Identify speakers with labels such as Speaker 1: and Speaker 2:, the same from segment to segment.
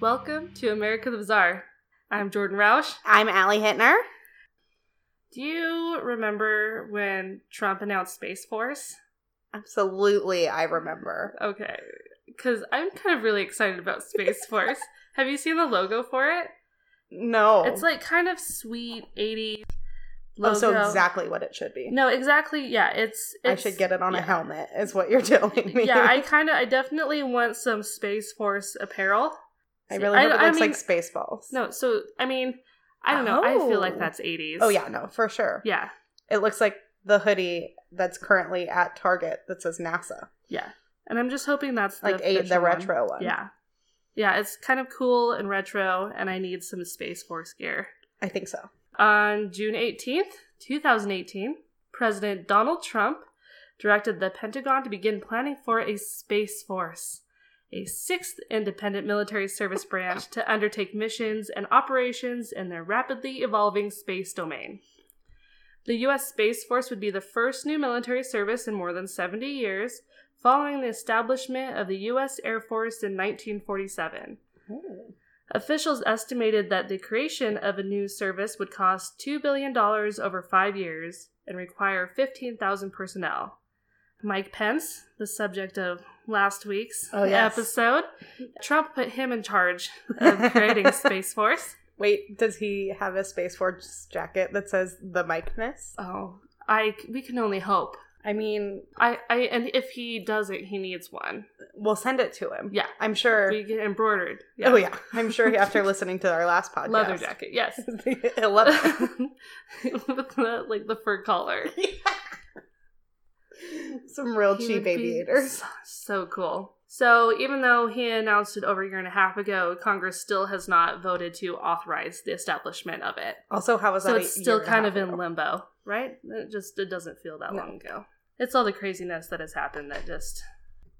Speaker 1: Welcome to America the Bizarre. I'm Jordan Rausch.
Speaker 2: I'm Allie Hittner.
Speaker 1: Do you remember when Trump announced Space Force?
Speaker 2: Absolutely, I remember.
Speaker 1: Okay, because I'm kind of really excited about Space Force. Have you seen the logo for it?
Speaker 2: No.
Speaker 1: It's like kind of sweet 80s
Speaker 2: oh,
Speaker 1: logo.
Speaker 2: so exactly what it should be.
Speaker 1: No, exactly. Yeah, it's.
Speaker 2: I
Speaker 1: it's
Speaker 2: should get it on
Speaker 1: yeah.
Speaker 2: a helmet, is what you're telling me.
Speaker 1: Yeah, I kind of, I definitely want some Space Force apparel.
Speaker 2: I really
Speaker 1: I-
Speaker 2: hope it
Speaker 1: I
Speaker 2: looks
Speaker 1: mean-
Speaker 2: like Spaceballs.
Speaker 1: No, so I mean, I don't know. I feel like
Speaker 2: Oh.
Speaker 1: that's 80s.
Speaker 2: Oh, yeah, no, for sure.
Speaker 1: Yeah,
Speaker 2: It looks like the hoodie that's currently at Target that says NASA,
Speaker 1: yeah. And I'm just hoping that's the
Speaker 2: like a,
Speaker 1: official
Speaker 2: the
Speaker 1: one.
Speaker 2: retro one.
Speaker 1: Yeah. Yeah, it's kind of cool and retro, and I need some Space Force gear.
Speaker 2: I think so.
Speaker 1: On June 18th, 2018, President Donald Trump directed the Pentagon to begin planning for a Space Force, a sixth independent military service branch to undertake missions and operations in the rapidly evolving space domain. The U.S. Space Force would be the first new military service in more than 70 years, following the establishment of the U.S. Air Force in 1947. Officials estimated that the creation of a new service would cost $2 billion over five years and require 15,000 personnel. Mike Pence, the subject of last week's
Speaker 2: Oh, yes.
Speaker 1: episode, Trump put him in charge of creating Space Force.
Speaker 2: Wait, does he have a Space Force jacket that says the Mikeness?
Speaker 1: Oh, I we can only hope.
Speaker 2: I mean,
Speaker 1: I, I and if he doesn't, he needs one.
Speaker 2: we'll send it to him.
Speaker 1: Yeah.
Speaker 2: I'm sure.
Speaker 1: We get embroidered.
Speaker 2: Oh, yeah. I'm sure after listening to our last podcast.
Speaker 1: leather jacket. Yes,
Speaker 2: I love
Speaker 1: with
Speaker 2: it.
Speaker 1: the, like the fur collar.
Speaker 2: Some real
Speaker 1: He
Speaker 2: cheap
Speaker 1: would be
Speaker 2: aviators.
Speaker 1: so- So cool. So even though he announced it over a year and a half ago, Congress still has not voted to authorize the establishment of it.
Speaker 2: Also, how was
Speaker 1: So
Speaker 2: that? a
Speaker 1: it's still
Speaker 2: year and a
Speaker 1: kind
Speaker 2: half
Speaker 1: of in
Speaker 2: ago?
Speaker 1: limbo, right? It just it doesn't feel that
Speaker 2: No.
Speaker 1: long ago. It's all the craziness that has happened that just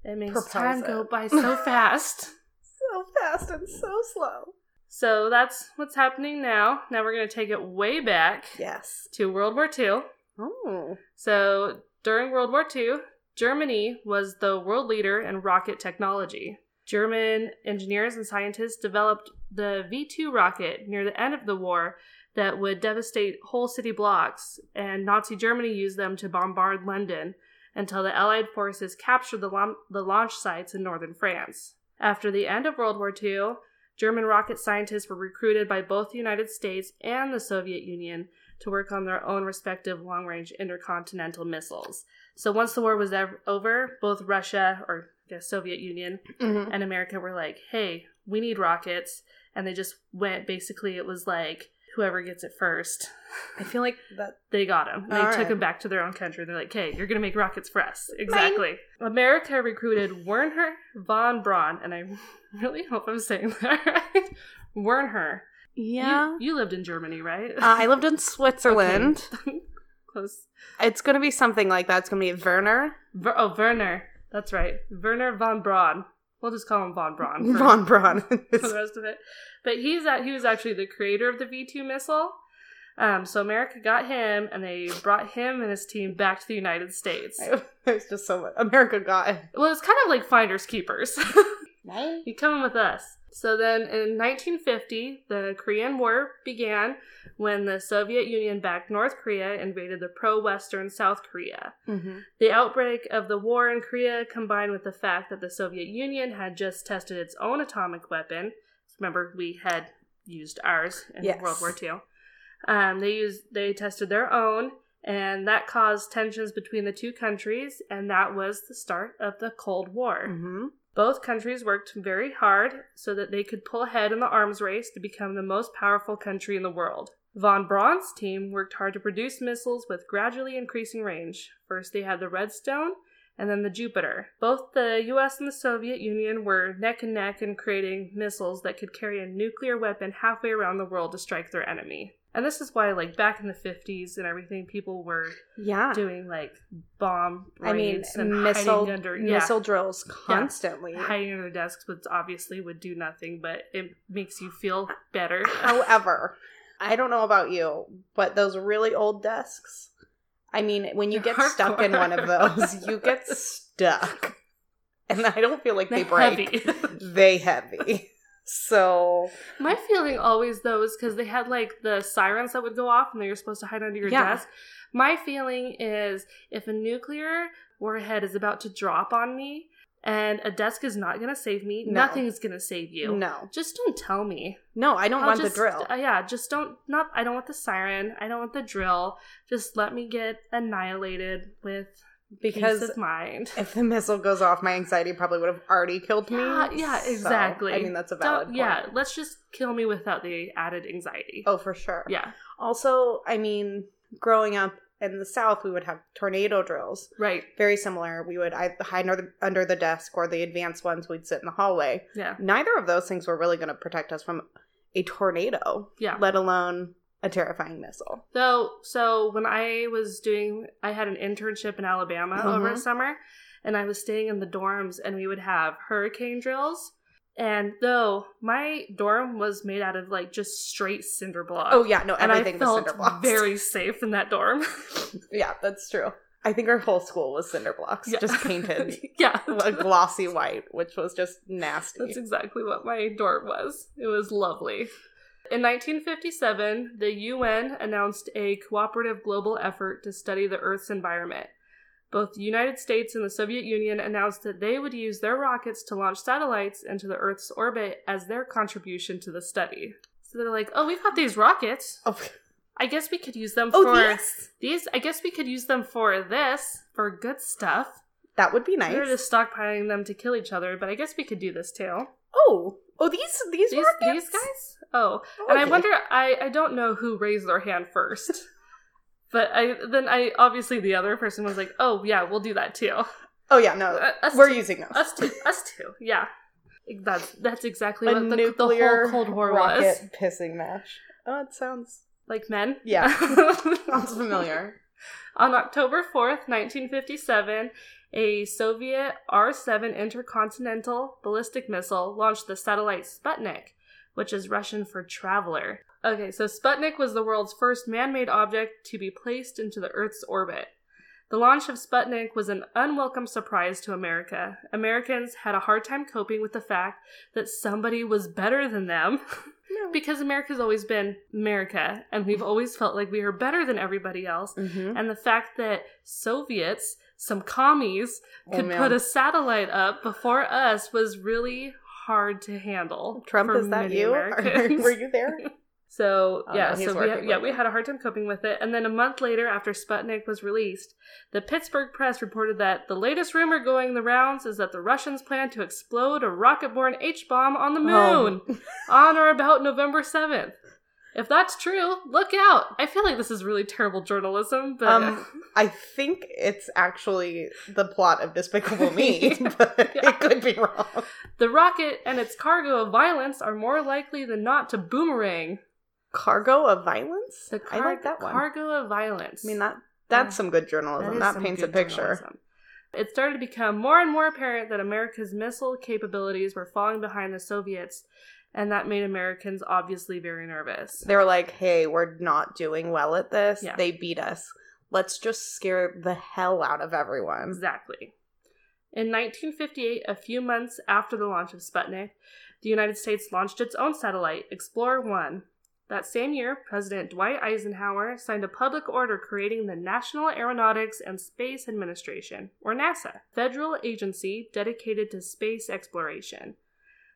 Speaker 1: it makes
Speaker 2: Propels
Speaker 1: time
Speaker 2: it.
Speaker 1: go by so fast.
Speaker 2: so fast and so slow.
Speaker 1: So that's what's happening now. Now we're going to take it way back
Speaker 2: Yes.
Speaker 1: to World War II.
Speaker 2: Oh,
Speaker 1: So during World War II, Germany was the world leader in rocket technology. German engineers and scientists developed the V 2 rocket near the end of the war that would devastate whole city blocks, and Nazi Germany used them to bombard London until the Allied forces captured the, lom- the launch sites in northern France. After the end of World War II, German rocket scientists were recruited by both the United States and the Soviet Union to work on their own respective long range intercontinental missiles. So once the war was ev- over, both Russia, or the Soviet Union,
Speaker 2: Mhm.
Speaker 1: and America were like, hey, we need rockets. And they just went, basically, it was like, whoever gets it first,
Speaker 2: I feel like that.
Speaker 1: they got them. They
Speaker 2: All
Speaker 1: took
Speaker 2: right.
Speaker 1: them back to their own country. They're like, hey, you're going to make rockets for us. Exactly. America recruited Werner von Braun, and I really hope I'm saying that right. Werner. You- You, lived in Germany, right?
Speaker 2: Uh, I lived in Switzerland.
Speaker 1: Close.
Speaker 2: It's going to be something like that. It's going to be Werner
Speaker 1: Ver- oh, Werner. That's right. Werner von Braun. We'll just call him von Braun for,
Speaker 2: von Braun.
Speaker 1: for the rest of it. But he's at, he was actually the creator of the V two missile. Um, so America got him, and they brought him and his team back to the United States.
Speaker 2: There's just so much. America got it.
Speaker 1: Well, it's kind of like finders keepers. you come with us. So then in 1950, the Korean War began when the Soviet Union backed North Korea invaded the pro Western South Korea.
Speaker 2: Mhm.
Speaker 1: The outbreak of the war in Korea, combined with the fact that the Soviet Union had just tested its own atomic weapon, remember we had used ours in
Speaker 2: Yes.
Speaker 1: World War II. Um, they used they tested their own, and that caused tensions between the two countries, and that was the start of the Cold War.
Speaker 2: Mhm.
Speaker 1: Both countries worked very hard so that they could pull ahead in the arms race to become the most powerful country in the world. Von Braun's team worked hard to produce missiles with gradually increasing range. First, they had the Redstone and then the Jupiter. Both the US and the Soviet Union were neck and neck in creating missiles that could carry a nuclear weapon halfway around the world to strike their enemy. And this is why, like, back in the 50s and everything, people were
Speaker 2: Yeah.
Speaker 1: doing, like, bomb
Speaker 2: I mean,
Speaker 1: raids and
Speaker 2: missile
Speaker 1: hiding under. yeah
Speaker 2: missile drills constantly.
Speaker 1: hiding under desks would obviously would do nothing but it makes you feel better
Speaker 2: However, I don't know about you, but those really old desks, I mean, when you
Speaker 1: They're
Speaker 2: get stuck in one of
Speaker 1: hardcore.
Speaker 2: those, you get stuck. And I don't feel like they
Speaker 1: They're
Speaker 2: break.
Speaker 1: heavy.
Speaker 2: They heavy. So
Speaker 1: My feeling always though is because they had like the sirens that would go off and they were supposed to hide under your
Speaker 2: Yeah.
Speaker 1: desk. My feeling is if a nuclear warhead is about to drop on me and a desk is not going to save me,
Speaker 2: No.
Speaker 1: nothing's going to save you.
Speaker 2: no,
Speaker 1: Just don't tell me.
Speaker 2: no, I don't
Speaker 1: I'll
Speaker 2: want
Speaker 1: just,
Speaker 2: the drill.
Speaker 1: uh, yeah, just don't. Not. I don't want the siren. I don't want the drill. Just let me get annihilated with peace
Speaker 2: because
Speaker 1: of mind.
Speaker 2: if the missile goes off, my anxiety probably would have already killed me.
Speaker 1: Yeah, yeah,
Speaker 2: So,
Speaker 1: exactly.
Speaker 2: I mean, that's a valid
Speaker 1: Don't- yeah,
Speaker 2: point.
Speaker 1: let's just kill me without the added anxiety.
Speaker 2: Oh, for sure.
Speaker 1: Yeah,
Speaker 2: Also, I mean, growing up in the South, we would have tornado drills,
Speaker 1: right.
Speaker 2: very similar. We would ei- hide under the, under the desk or the advanced ones. We'd sit in the hallway.
Speaker 1: Yeah,
Speaker 2: Neither of those things were really going to protect us from a tornado,
Speaker 1: yeah.
Speaker 2: let alone a terrifying missile.
Speaker 1: Though, so when I was doing, I had an internship in Alabama over
Speaker 2: Mhm.
Speaker 1: summer, and I was staying in the dorms, and we would have hurricane drills. And though my dorm was made out of like just straight cinder block.
Speaker 2: Oh yeah, no,
Speaker 1: and I
Speaker 2: everything was
Speaker 1: felt
Speaker 2: cinder blocks.
Speaker 1: very safe in that dorm.
Speaker 2: yeah, that's true. I think our whole school was cinder blocks,
Speaker 1: Yeah.
Speaker 2: just painted
Speaker 1: yeah,
Speaker 2: a glossy white, which was just nasty.
Speaker 1: that's exactly what my dorm was. It was lovely. In 1957, the UN announced a cooperative global effort to study the Earth's environment. Both the United States and the Soviet Union announced that they would use their rockets to launch satellites into the Earth's orbit as their contribution to the study. So they're like, oh, we've got these rockets.
Speaker 2: oh,
Speaker 1: I guess we could use them
Speaker 2: oh,
Speaker 1: for
Speaker 2: yes,
Speaker 1: these. I guess we could use them for this, for good stuff.
Speaker 2: that would be
Speaker 1: We They're
Speaker 2: nice.
Speaker 1: just stockpiling them to kill each other, but I guess we could do this too.
Speaker 2: oh, oh, these these
Speaker 1: These,
Speaker 2: rockets?
Speaker 1: these guys? Oh,
Speaker 2: Oh,
Speaker 1: and I
Speaker 2: okay.
Speaker 1: wonder. I I don't know who raised their hand first, but I then I obviously the other person was like, "Oh yeah, we'll do that too.
Speaker 2: Oh yeah, no,
Speaker 1: Uh, us,
Speaker 2: we're
Speaker 1: two,
Speaker 2: using those.
Speaker 1: us too. Us too. Yeah, that's that's exactly
Speaker 2: a
Speaker 1: what the, the
Speaker 2: nuclear
Speaker 1: whole Cold War
Speaker 2: rocket
Speaker 1: was.
Speaker 2: pissing match. Oh, it sounds
Speaker 1: Like men.
Speaker 2: Yeah. sounds familiar.
Speaker 1: On October 4th, 1957, a Soviet R 7 intercontinental ballistic missile launched the satellite Sputnik, which is Russian for traveler. Okay, so Sputnik was the world's first man made object to be placed into the Earth's orbit. The launch of Sputnik was an unwelcome surprise to America. Americans had a hard time coping with the fact that somebody was better than them. Because America's always been America, and we've always felt like we are better than everybody else.
Speaker 2: Mhm.
Speaker 1: And the fact that Soviets, some commies,
Speaker 2: Oh,
Speaker 1: could
Speaker 2: man.
Speaker 1: put a satellite up before us was really hard to handle.
Speaker 2: Trump,
Speaker 1: for
Speaker 2: is that
Speaker 1: many
Speaker 2: you?
Speaker 1: Americans.
Speaker 2: Were you there?
Speaker 1: So
Speaker 2: Oh,
Speaker 1: yeah,
Speaker 2: no, he's
Speaker 1: so we had,
Speaker 2: working
Speaker 1: yeah
Speaker 2: with
Speaker 1: we
Speaker 2: it.
Speaker 1: had a hard time coping with it, and then a month later, after Sputnik was released, the Pittsburgh Press reported that the latest rumor going the rounds is that the Russians plan to explode a rocket-borne H bomb on the moon
Speaker 2: Oh.
Speaker 1: on or about November seventh. If that's true, look out! I feel like this is really terrible journalism, but
Speaker 2: Um, I think it's actually the plot of Despicable Me, but
Speaker 1: Yeah.
Speaker 2: it could be wrong.
Speaker 1: the rocket and its cargo of violence are more likely than not to boomerang.
Speaker 2: Cargo of violence.
Speaker 1: The
Speaker 2: I like that one.
Speaker 1: Cargo of violence.
Speaker 2: I mean that
Speaker 1: Yeah.
Speaker 2: that's some good
Speaker 1: That
Speaker 2: journalism.
Speaker 1: is
Speaker 2: That,
Speaker 1: some
Speaker 2: paints a
Speaker 1: good
Speaker 2: picture.
Speaker 1: journalism. It started to become more and more apparent that America's missile capabilities were falling behind the Soviets, and that made Americans obviously very nervous.
Speaker 2: They were like, "Hey, we're not doing well at this.
Speaker 1: Yeah.
Speaker 2: They beat us. Let's just scare the hell out of everyone."
Speaker 1: Exactly. In 1958, a few months after the launch of Sputnik, the United States launched its own satellite, Explorer 1. That same year, President Dwight Eisenhower signed a public order creating the National Aeronautics and Space Administration, or NASA, federal agency dedicated to space exploration.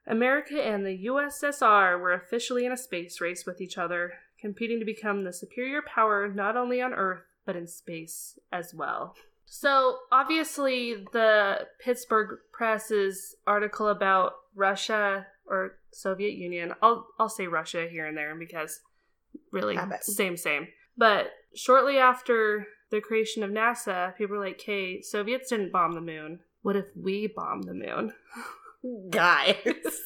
Speaker 1: America and the USSR were officially in a space race with each other, competing to become the superior power not only on Earth, but in space as well. So, obviously, the Pittsburgh Press's article about Russia or Soviet Union, I'll, I'll say Russia here and there because really,
Speaker 2: Have it.
Speaker 1: same, same. But shortly after the creation of NASA, people were like, hey, Soviets didn't bomb the moon. What if we bomb the moon?
Speaker 2: Guys.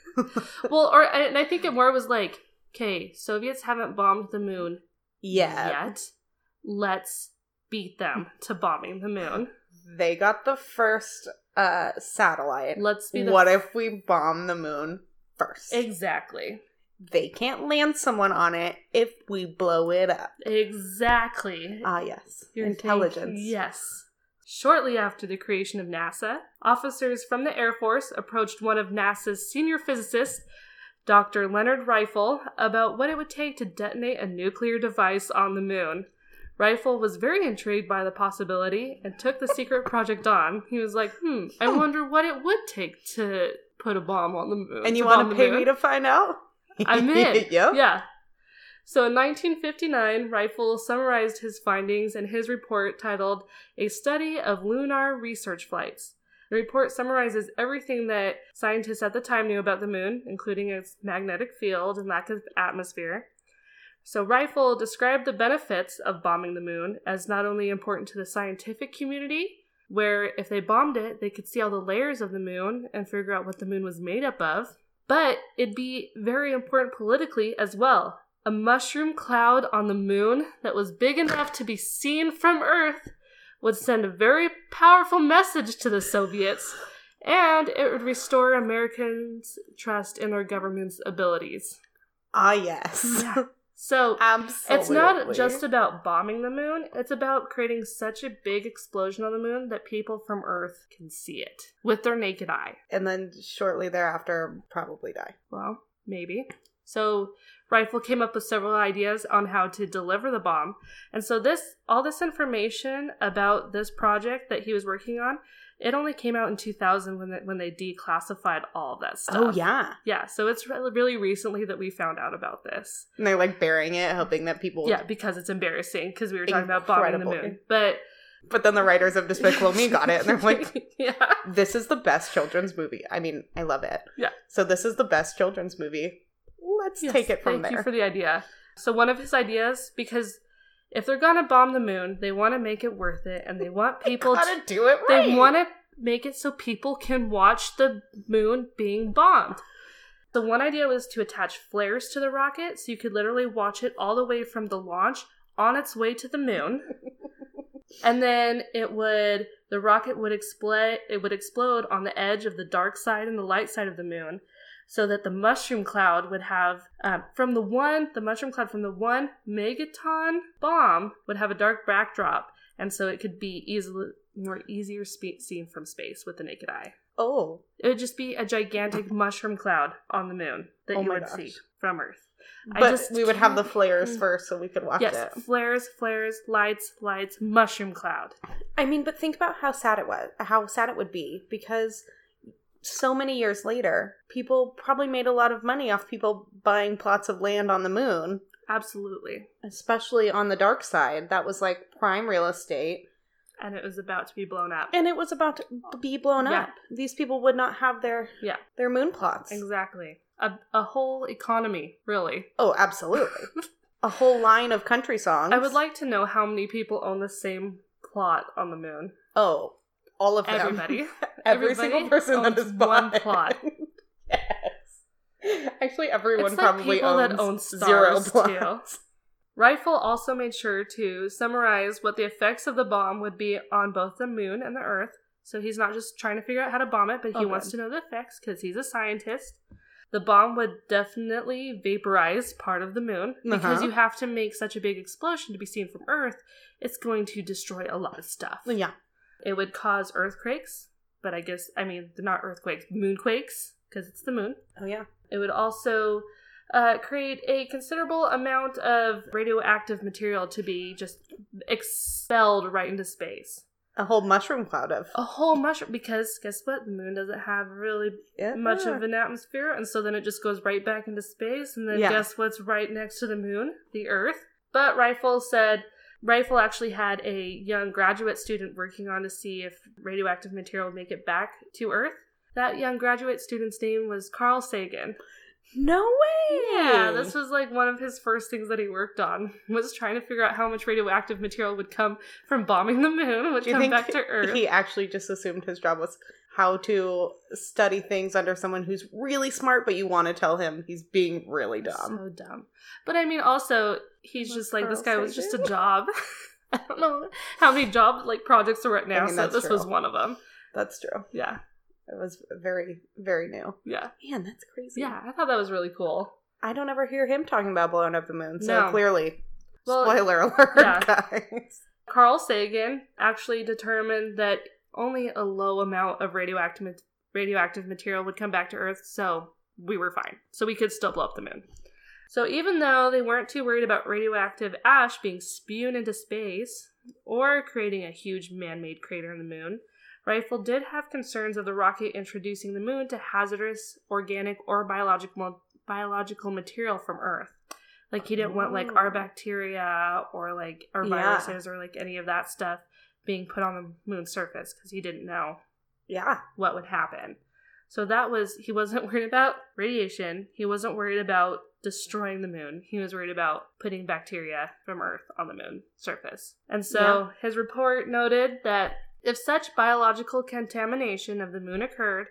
Speaker 1: well, or and I think it more was like, okay, Soviets haven't bombed the moon
Speaker 2: yeah.
Speaker 1: yet. Let's beat them to bombing the moon.
Speaker 2: They got the first uh satellite.
Speaker 1: Let's be the
Speaker 2: What if we bomb the moon first?
Speaker 1: exactly,
Speaker 2: they can't land someone on it if we blow it up.
Speaker 1: exactly.
Speaker 2: Ah, yes.
Speaker 1: You're thinking-
Speaker 2: Intelligence.
Speaker 1: yes. Shortly after the creation of NASA, officers from the Air Force approached one of NASA's senior physicists, Dr. Leonard Rifle, about what it would take to detonate a nuclear device on the moon. Rifle was very intrigued by the possibility and took the secret project on. He was like, hmm, I wonder what it would take to put a bomb on the moon.
Speaker 2: And you
Speaker 1: bomb
Speaker 2: want
Speaker 1: the
Speaker 2: to pay
Speaker 1: moon."
Speaker 2: me to find out?
Speaker 1: I'm in.
Speaker 2: yep.
Speaker 1: Yeah. So in 1959, Rifle summarized his findings in his report titled A Study of Lunar Research Flights. The report summarizes everything that scientists at the time knew about the moon, including its magnetic field and lack of atmosphere. So Rifle described the benefits of bombing the moon as not only important to the scientific community, where if they bombed it, they could see all the layers of the moon and figure out what the moon was made up of, but it'd be very important politically as well. A mushroom cloud on the moon that was big enough to be seen from Earth would send a very powerful message to the Soviets, and it would restore Americans' trust in their government's abilities.
Speaker 2: Ah, yes.
Speaker 1: Yeah. So,
Speaker 2: Absolutely.
Speaker 1: it's not just about bombing the moon, it's about creating such a big explosion on the moon that people from Earth can see it with their naked eye.
Speaker 2: and then shortly thereafter, probably die.
Speaker 1: Well, maybe. So Rifle came up with several ideas on how to deliver the bomb. And so this all this information about this project that he was working on, it only came out in 2000 when they, when they declassified all of that stuff.
Speaker 2: Oh yeah.
Speaker 1: Yeah, so it's re- really recently that we found out about this.
Speaker 2: And they're like burying it, hoping that people.
Speaker 1: Yeah, because it's embarrassing because we were talking about bombing the
Speaker 2: Incredible.
Speaker 1: moon. But
Speaker 2: But then the writers of Despicable Me got it, and they're like,
Speaker 1: yeah.
Speaker 2: "This is the best children's movie." I mean, I love it.
Speaker 1: Yeah.
Speaker 2: So this is the best children's movie. Let's
Speaker 1: Yes,
Speaker 2: take it
Speaker 1: thank
Speaker 2: from there.
Speaker 1: you for the idea. So one of his ideas, because if they're gonna bomb the moon, they want to make it worth it, and they want people.
Speaker 2: Gotta do it
Speaker 1: to,
Speaker 2: right.
Speaker 1: they want to make it so people can watch the moon being bombed. So one idea was to attach flares to the rocket, so you could literally watch it all the way from the launch on its way to the moon. and then it would the rocket would explode it would explode on the edge of the dark side and the light side of the moon so that the mushroom cloud would have um, from the one the mushroom cloud from the one megaton bomb would have a dark backdrop and so it could be easily more easier spe- seen from space with the naked eye
Speaker 2: Oh,
Speaker 1: it would just be a gigantic mushroom cloud on the moon that
Speaker 2: Oh
Speaker 1: you
Speaker 2: my
Speaker 1: would
Speaker 2: gosh.
Speaker 1: see from earth I
Speaker 2: but
Speaker 1: just
Speaker 2: we would have the
Speaker 1: can't- Mm.
Speaker 2: flares first, so we could watch
Speaker 1: yes
Speaker 2: it.
Speaker 1: flares flares lights lights mushroom cloud
Speaker 2: I mean, but think about how sad it was, how sad it would be, because so many years later, people probably made a lot of money off people buying plots of land on the moon,
Speaker 1: absolutely
Speaker 2: especially on the dark side. That was like prime real estate,
Speaker 1: and it was about to be blown up
Speaker 2: and it was about to be blown
Speaker 1: Yeah.
Speaker 2: up. These people would not have their
Speaker 1: Yeah.
Speaker 2: their moon plots.
Speaker 1: Exactly. A, a whole economy, really.
Speaker 2: Oh, absolutely. A whole line of country songs.
Speaker 1: I would like to know how many people own the same plot on the moon.
Speaker 2: Oh, all of them.
Speaker 1: Everybody.
Speaker 2: Every
Speaker 1: Everybody
Speaker 2: single person that
Speaker 1: owns
Speaker 2: is
Speaker 1: one
Speaker 2: bought.
Speaker 1: plot.
Speaker 2: yes. Actually, everyone
Speaker 1: It's like
Speaker 2: probably
Speaker 1: people
Speaker 2: owns
Speaker 1: that own
Speaker 2: zero
Speaker 1: stars, too.
Speaker 2: plots.
Speaker 1: Rifle also made sure to summarize what the effects of the bomb would be on both the moon and the Earth. So he's not just trying to figure out how to bomb it, but he
Speaker 2: Oh,
Speaker 1: wants
Speaker 2: good.
Speaker 1: to know the effects because he's a scientist. The bomb would definitely vaporize part of the moon because
Speaker 2: Uh-huh.
Speaker 1: you have to make such a big explosion to be seen from Earth. It's going to destroy a lot of stuff.
Speaker 2: Yeah.
Speaker 1: It would cause earthquakes, but I guess, I mean, not earthquakes, moonquakes, because it's the moon.
Speaker 2: Oh yeah.
Speaker 1: It would also uh, create a considerable amount of radioactive material to be just expelled right into space.
Speaker 2: A whole mushroom cloud of
Speaker 1: A whole mushroom, because guess what? The moon doesn't have really
Speaker 2: Yeah.
Speaker 1: much of an atmosphere, and so then it just goes right back into space. And then
Speaker 2: Yeah.
Speaker 1: guess what's right next to the moon? The Earth. But Rifle said Rifle actually had a young graduate student working on to see if radioactive material would make it back to Earth. That young graduate student's name was Carl Sagan.
Speaker 2: No way.
Speaker 1: Yeah, this was like one of his first things that he worked on was trying to figure out how much radioactive material would come from bombing the moon, would
Speaker 2: Do you
Speaker 1: come
Speaker 2: think
Speaker 1: back to Earth.
Speaker 2: He actually just assumed his job was how to study things under someone who's really smart, but you want to tell him he's being really dumb.
Speaker 1: So dumb. But I mean, also he's
Speaker 2: Was
Speaker 1: just like this guy
Speaker 2: Carl
Speaker 1: was just a
Speaker 2: Sagan?
Speaker 1: job. I don't know how many job like projects are right now,
Speaker 2: mean,
Speaker 1: so
Speaker 2: that's
Speaker 1: this was
Speaker 2: true.
Speaker 1: one of them.
Speaker 2: That's true.
Speaker 1: Yeah,
Speaker 2: It was very, very new.
Speaker 1: yeah,
Speaker 2: Man, that's crazy.
Speaker 1: yeah. I thought that was really cool.
Speaker 2: I don't ever hear him talking about blowing up the moon. So
Speaker 1: No.
Speaker 2: clearly,
Speaker 1: Well,
Speaker 2: spoiler alert,
Speaker 1: yeah.
Speaker 2: guys.
Speaker 1: Carl Sagan actually determined that only a low amount of radioactive ma- radioactive material would come back to Earth, so we were fine. So we could still blow up the moon. So even though they weren't too worried about radioactive ash being spewed into space or creating a huge man-made crater in the moon, Rifle did have concerns of the rocket introducing the moon to hazardous organic or biological biological material from Earth. Like he didn't want like our
Speaker 2: Oh.
Speaker 1: bacteria or like our
Speaker 2: Yeah.
Speaker 1: viruses or like any of that stuff being put on the moon's surface because he didn't know
Speaker 2: Yeah.
Speaker 1: what would happen. So that was he wasn't worried about radiation. He wasn't worried about destroying the moon. He was worried about putting bacteria from Earth on the moon surface. And so his report noted that if such biological contamination of the moon occurred,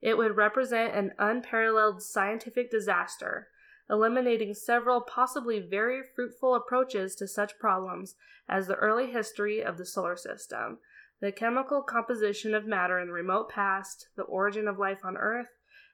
Speaker 1: it would represent an unparalleled scientific disaster, eliminating several possibly very fruitful approaches to such problems as the early history of the solar system the chemical composition of matter in the remote past, the origin of life on Earth,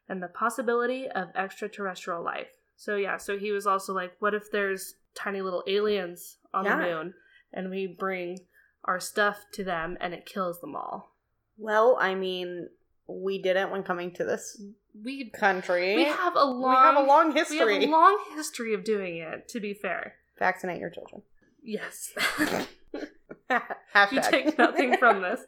Speaker 1: and the possibility of extraterrestrial life. So, yeah, so he was also like, what if there's tiny little aliens on
Speaker 2: Yeah.
Speaker 1: the moon and we bring our stuff to them and it kills them all?
Speaker 2: Well, I mean, we didn't when coming to this
Speaker 1: We,
Speaker 2: country.
Speaker 1: we have a
Speaker 2: We
Speaker 1: long
Speaker 2: have a long
Speaker 1: we have
Speaker 2: history.
Speaker 1: a long history of doing it, to be fair.
Speaker 2: Vaccinate your children.
Speaker 1: Yes.
Speaker 2: Hashtag.
Speaker 1: you take nothing from this.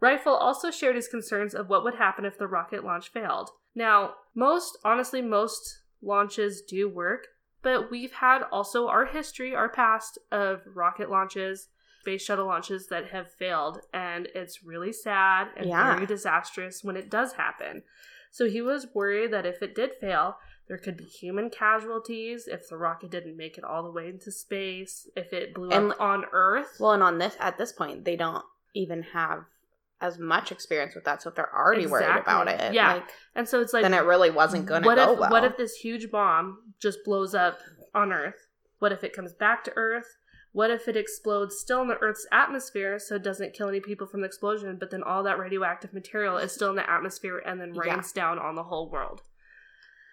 Speaker 1: Rifle also shared his concerns of what would happen if the rocket launch failed. Now, most, honestly, most launches do work, but we've had also our history, our past of rocket launches, space shuttle launches that have failed, and it's really sad and
Speaker 2: Yeah.
Speaker 1: very disastrous when it does happen. So he was worried that if it did fail, there could be human casualties if the rocket didn't make it all the way into space, if it blew
Speaker 2: And-
Speaker 1: up on Earth.
Speaker 2: Well, and on this at this point, they don't even have as much experience with that. So if they're already worried about
Speaker 1: Exactly.
Speaker 2: it,
Speaker 1: Yeah.
Speaker 2: like,
Speaker 1: And so it's like,
Speaker 2: then it really wasn't going to
Speaker 1: what
Speaker 2: go
Speaker 1: if
Speaker 2: well.
Speaker 1: what if this huge bomb just blows up on Earth? What if it comes back to Earth? What if it explodes still in the Earth's atmosphere, so it doesn't kill any people from the explosion, but then all that radioactive material is still in the atmosphere and then
Speaker 2: Yeah.
Speaker 1: rains down on the whole world?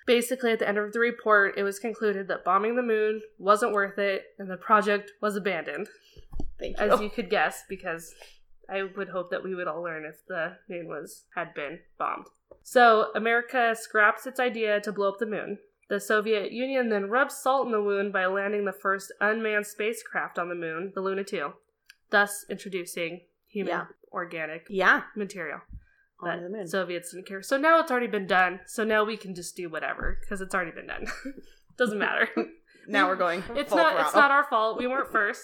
Speaker 1: Basically, at the end of the report, it was concluded that bombing the moon wasn't worth it, and the project was abandoned,
Speaker 2: Thank you.
Speaker 1: as you could guess, because I would hope that we would all learn if the moon was had been bombed. So America scraps its idea to blow up the moon. The Soviet Union then rubs salt in the wound by landing the first unmanned spacecraft on the moon, the Luna 2, thus introducing human
Speaker 2: Yeah.
Speaker 1: organic
Speaker 2: yeah,
Speaker 1: material.
Speaker 2: on
Speaker 1: But
Speaker 2: the moon.
Speaker 1: Soviets didn't care. So now it's already been done. So now we can just do whatever because it's already been done. Doesn't matter
Speaker 2: now we're going.
Speaker 1: it's
Speaker 2: full
Speaker 1: not it's
Speaker 2: throttle.
Speaker 1: not our fault we weren't first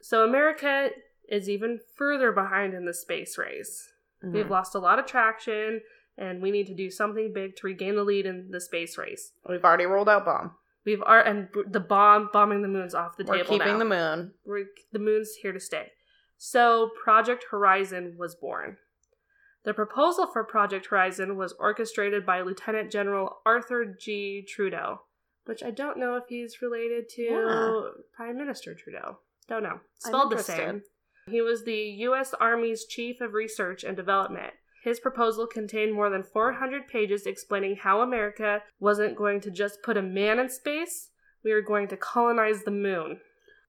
Speaker 1: so america is even further behind in the space race we've
Speaker 2: Mhm.
Speaker 1: lost a lot of traction and we need to do something big to regain the lead in the space race
Speaker 2: We've already rolled out bomb.
Speaker 1: we've are and b- the bomb bombing the moon's off the
Speaker 2: we're
Speaker 1: table
Speaker 2: keeping
Speaker 1: now.
Speaker 2: the moon.
Speaker 1: We're, the moon's here to stay so project horizon was born the proposal for project horizon was orchestrated by lieutenant general arthur g trudeau which i don't know if he's related to
Speaker 2: Yeah.
Speaker 1: prime minister trudeau don't know spelled the
Speaker 2: interested.
Speaker 1: same he was the u.s army's chief of research and development his proposal contained more than 400 pages explaining how america wasn't going to just put a man in space we were going to colonize the moon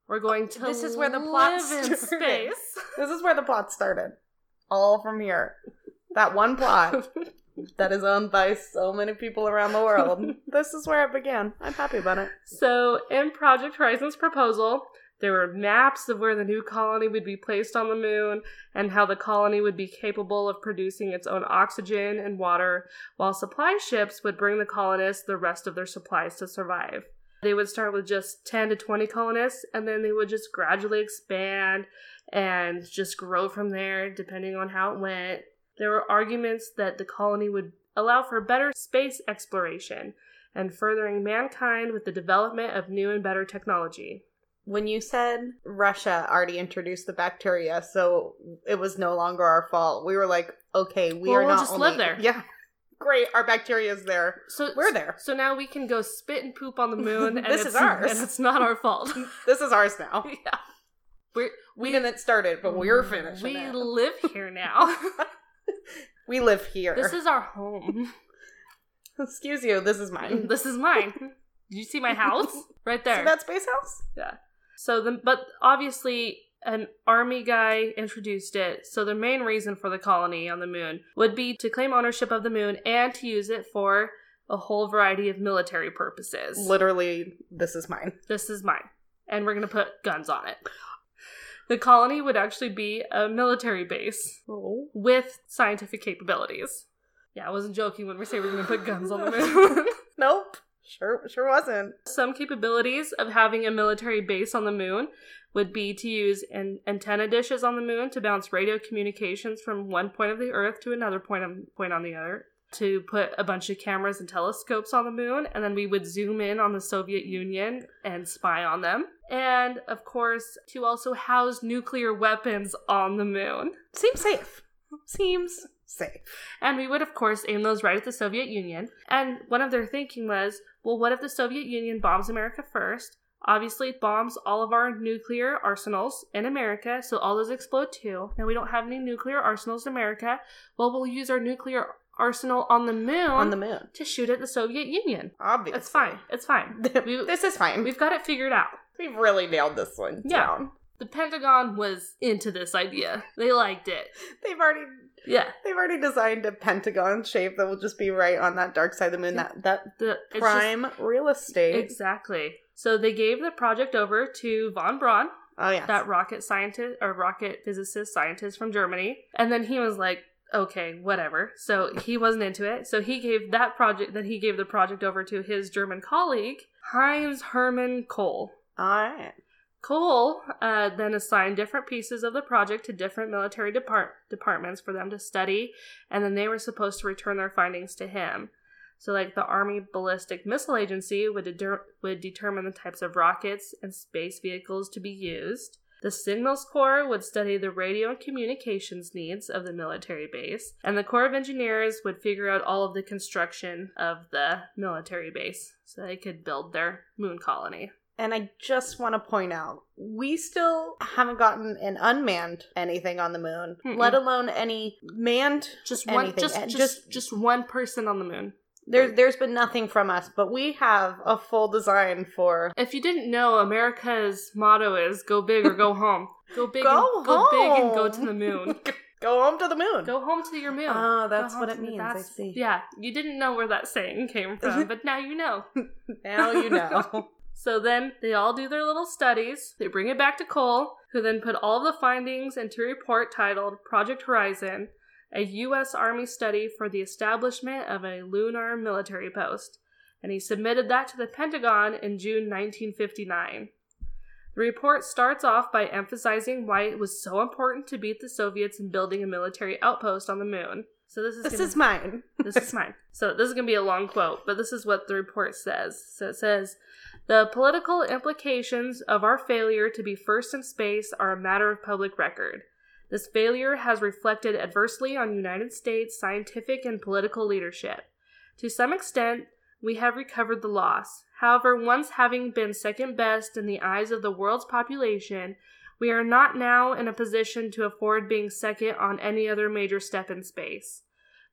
Speaker 1: we're going to
Speaker 2: This is where the plot
Speaker 1: live in
Speaker 2: started.
Speaker 1: space
Speaker 2: This is where the plot started. All from here. That one plot that is owned by so many people around the world. This is where it began. I'm happy about it.
Speaker 1: So, in Project Horizon's proposal, there were maps of where the new colony would be placed on the moon and how the colony would be capable of producing its own oxygen and water, while supply ships would bring the colonists the rest of their supplies to survive. They would start with just 10 to 20 colonists, and then they would just gradually expand and just grow from there, depending on how it went. There were arguments that the colony would allow for better space exploration and furthering mankind with the development of new and better technology.
Speaker 2: When you said Russia already introduced the bacteria, so it was no longer our fault, we were like, okay, we
Speaker 1: Well,
Speaker 2: are
Speaker 1: we'll
Speaker 2: not
Speaker 1: just
Speaker 2: only-
Speaker 1: live there.
Speaker 2: Yeah, great. Our bacteria is there.
Speaker 1: So
Speaker 2: We're there.
Speaker 1: So now we can go spit and poop on the moon, and
Speaker 2: This
Speaker 1: it's,
Speaker 2: is ours.
Speaker 1: and it's not our fault.
Speaker 2: This is ours now.
Speaker 1: yeah, we're,
Speaker 2: We didn't start it, but we're finishing
Speaker 1: We
Speaker 2: it.
Speaker 1: live here now.
Speaker 2: we live here.
Speaker 1: this is our home.
Speaker 2: Excuse you. This is mine.
Speaker 1: this is mine. Did you see my house right
Speaker 2: See
Speaker 1: there?
Speaker 2: that space house?
Speaker 1: So the but obviously an army guy introduced it. So the main reason for the colony on the moon would be to claim ownership of the moon and to use it for a whole variety of military purposes.
Speaker 2: Literally, this is mine.
Speaker 1: This is mine. And we're going to put guns on it. The colony would actually be a military base
Speaker 2: Oh.
Speaker 1: with scientific capabilities. Yeah, I wasn't joking when we say we're going to put guns on the moon.
Speaker 2: Nope. Sure, sure wasn't.
Speaker 1: Some capabilities of having a military base on the moon would be to use an antenna dishes on the moon to bounce radio communications from one point of the Earth to another point on, point on the Earth, to put a bunch of cameras and telescopes on the moon, and then we would zoom in on the Soviet Union and spy on them. And of course, to also house nuclear weapons on the moon.
Speaker 2: Seems safe. Seems safe.
Speaker 1: And we would, of course, aim those right at the Soviet Union. And one of their thinking was well, what if the Soviet Union bombs America first? Obviously, it bombs all of our nuclear arsenals in America, so all those explode too. Now, we don't have any nuclear arsenals in America. Well, we'll use our nuclear arsenal on the moon,
Speaker 2: On the moon.
Speaker 1: to shoot at the Soviet Union.
Speaker 2: Obviously.
Speaker 1: It's fine. It's fine. We,
Speaker 2: this is fine. We've,
Speaker 1: we've got it figured out.
Speaker 2: we've really nailed this one
Speaker 1: Yeah.
Speaker 2: down.
Speaker 1: The Pentagon was into this idea, they liked it.
Speaker 2: They've already
Speaker 1: Yeah.
Speaker 2: they've already designed a pentagon shape that will just be right on that dark side of the moon. That that
Speaker 1: The, it's just-
Speaker 2: prime real estate.
Speaker 1: Exactly. So they gave the project over to von Braun,
Speaker 2: oh yeah.
Speaker 1: that rocket scientist or rocket physicist scientist from Germany, and then he was like, "Okay, whatever." So he wasn't into it. So he gave that project then he gave the project over to his German colleague, Heinz Hermann Kohl.
Speaker 2: All right.
Speaker 1: Cole uh, then assigned different pieces of the project to different military depart- departments for them to study, and then they were supposed to return their findings to him. So, like the Army Ballistic Missile Agency would, deter- would determine the types of rockets and space vehicles to be used. The Signals Corps would study the radio and communications needs of the military base, and the Corps of Engineers would figure out all of the construction of the military base so they could build their moon colony.
Speaker 2: And I just want to point out, we still haven't gotten an unmanned anything on the moon,
Speaker 1: Mm-mm.
Speaker 2: let alone any manned.
Speaker 1: Just one,
Speaker 2: anything.
Speaker 1: just,
Speaker 2: Uh,
Speaker 1: just
Speaker 2: just-
Speaker 1: just one person on the moon.
Speaker 2: There, there's been nothing from us, but we have a full design for
Speaker 1: If you didn't know, America's motto is "Go big or go home." Go big,
Speaker 2: Go
Speaker 1: and, go big, and go
Speaker 2: home.
Speaker 1: to the moon.
Speaker 2: go home to the moon.
Speaker 1: go home to your moon.
Speaker 2: oh,
Speaker 1: Go
Speaker 2: that's
Speaker 1: home
Speaker 2: what
Speaker 1: to
Speaker 2: it
Speaker 1: the-
Speaker 2: means. I
Speaker 1: that's-
Speaker 2: see.
Speaker 1: Yeah, you didn't know where that saying came from, but now you know.
Speaker 2: Now you know.
Speaker 1: So then they all do their little studies. They bring it back to Cole, who then put all the findings into a report titled Project Horizon, a U.S. Army study for the establishment of a lunar military post. And he submitted that to the Pentagon in June 1959. The report starts off by emphasizing why it was so important to beat the Soviets in building a military outpost on the moon. So this is
Speaker 2: this
Speaker 1: gonna-
Speaker 2: is mine.
Speaker 1: this is mine. So this is going to be a long quote, but this is what the report says. So it says, "The political implications of our failure to be first in space are a matter of public record. This failure has reflected adversely on United States scientific and political leadership. To some extent, we have recovered the loss. However, once having been second best in the eyes of the world's population, we are not now in a position to afford being second on any other major step in space.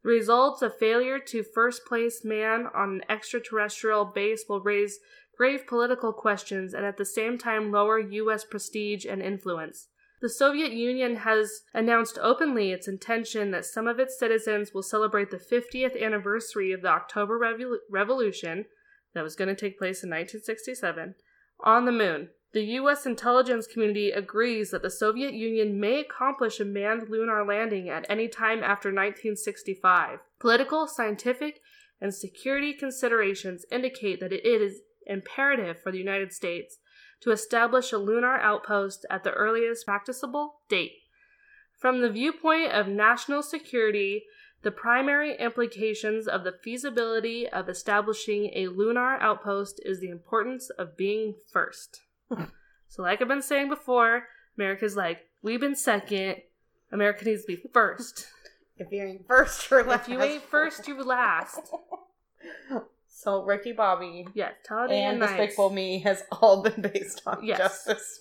Speaker 1: The results of failure to first place man on an extraterrestrial base will raise grave political questions and at the same time lower U.S. prestige and influence. The Soviet Union has announced openly its intention that some of its citizens will celebrate the 50th anniversary of the October Revol- Revolution that was going to take place in 1967 on the moon. The U.S. intelligence community agrees that the Soviet Union may accomplish a manned lunar landing at any time after 1965. Political, scientific, and security considerations indicate that it is imperative for the United States to establish a lunar outpost at the earliest practicable date. From the viewpoint of national security, the primary implications of the feasibility of establishing a lunar outpost is the importance of being first. so, like I've been saying before, America's like, we've been second. America needs to be first.
Speaker 2: If you ain't first, you're
Speaker 1: if you ain't first, you last.
Speaker 2: So Ricky Bobby
Speaker 1: Yes, Talladega
Speaker 2: and
Speaker 1: Nights.
Speaker 2: Despicable Me has all been based on
Speaker 1: Yes.
Speaker 2: just this.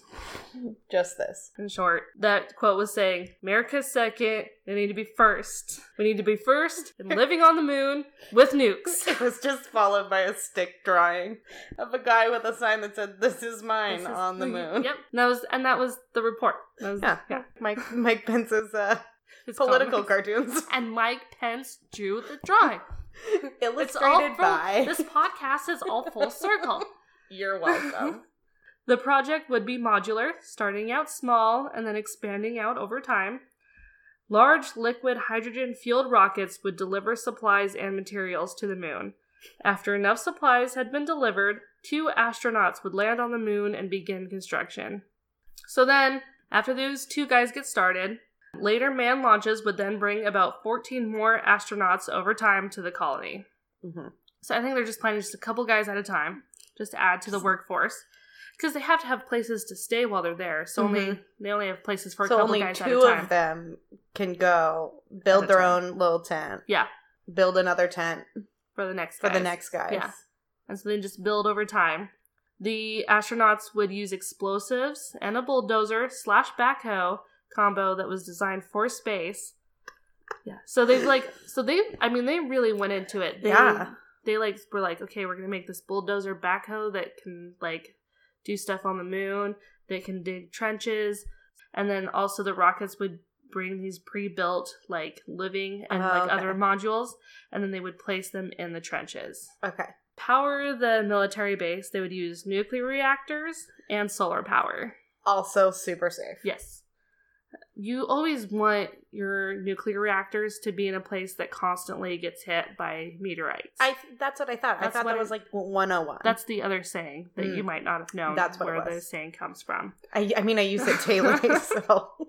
Speaker 2: Just this.
Speaker 1: In short, that quote was saying, "America's second. They need to be first. We need to be first in living on the moon with nukes."
Speaker 2: It was just followed by a stick drawing of a guy with a sign that said, This is mine
Speaker 1: This is-
Speaker 2: on the moon.
Speaker 1: Yep, and that was and that was the report. That was,
Speaker 2: Yeah. Mike Mike Pence's uh,
Speaker 1: his
Speaker 2: political
Speaker 1: column.
Speaker 2: cartoons.
Speaker 1: And Mike Pence drew the drawing. It's all
Speaker 2: Illustrated
Speaker 1: full-
Speaker 2: by
Speaker 1: This podcast is all full circle.
Speaker 2: You're welcome.
Speaker 1: The project would be modular, starting out small and then expanding out over time. Large liquid hydrogen fueled rockets would deliver supplies and materials to the moon. After enough supplies had been delivered, two astronauts would land on the moon and begin construction. So then, after those two guys get started, later manned launches would then bring about 14 more astronauts over time to the colony.
Speaker 2: Mhm.
Speaker 1: So I think they're just planning just a couple guys at a time, just to add to the workforce, because they have to have places to stay while they're there. So only they only have places for a
Speaker 2: Mm-hmm. So
Speaker 1: couple
Speaker 2: only
Speaker 1: guys at a
Speaker 2: two
Speaker 1: time.
Speaker 2: of them can go
Speaker 1: At
Speaker 2: build
Speaker 1: a
Speaker 2: their
Speaker 1: time.
Speaker 2: own little tent.
Speaker 1: Yeah.
Speaker 2: Build another tent
Speaker 1: for the next
Speaker 2: for the
Speaker 1: guys.
Speaker 2: next guys.
Speaker 1: Yeah. and so then just build over time. The astronauts would use explosives and a bulldozer slash backhoe combo that was designed for space. Yeah. So they've like so they I mean they really went into it. They,
Speaker 2: Yeah.
Speaker 1: They like were like okay we're gonna make this bulldozer backhoe that can like do stuff on the moon that can dig trenches and then also the rockets would bring these pre-built like living and
Speaker 2: Oh,
Speaker 1: like
Speaker 2: okay.
Speaker 1: other modules and then they would place them in the trenches
Speaker 2: Okay.
Speaker 1: power the military base, they would use nuclear reactors and solar power.
Speaker 2: Also super safe.
Speaker 1: Yes. You always want your nuclear reactors to be in a place that constantly gets hit by meteorites.
Speaker 2: I that's what I thought.
Speaker 1: That's
Speaker 2: I thought
Speaker 1: what
Speaker 2: that
Speaker 1: I-
Speaker 2: was like 101.
Speaker 1: That's the other saying that
Speaker 2: Mm.
Speaker 1: you might not have known
Speaker 2: That's what it
Speaker 1: where
Speaker 2: was.
Speaker 1: the saying comes from.
Speaker 2: I, I mean I use it daily, so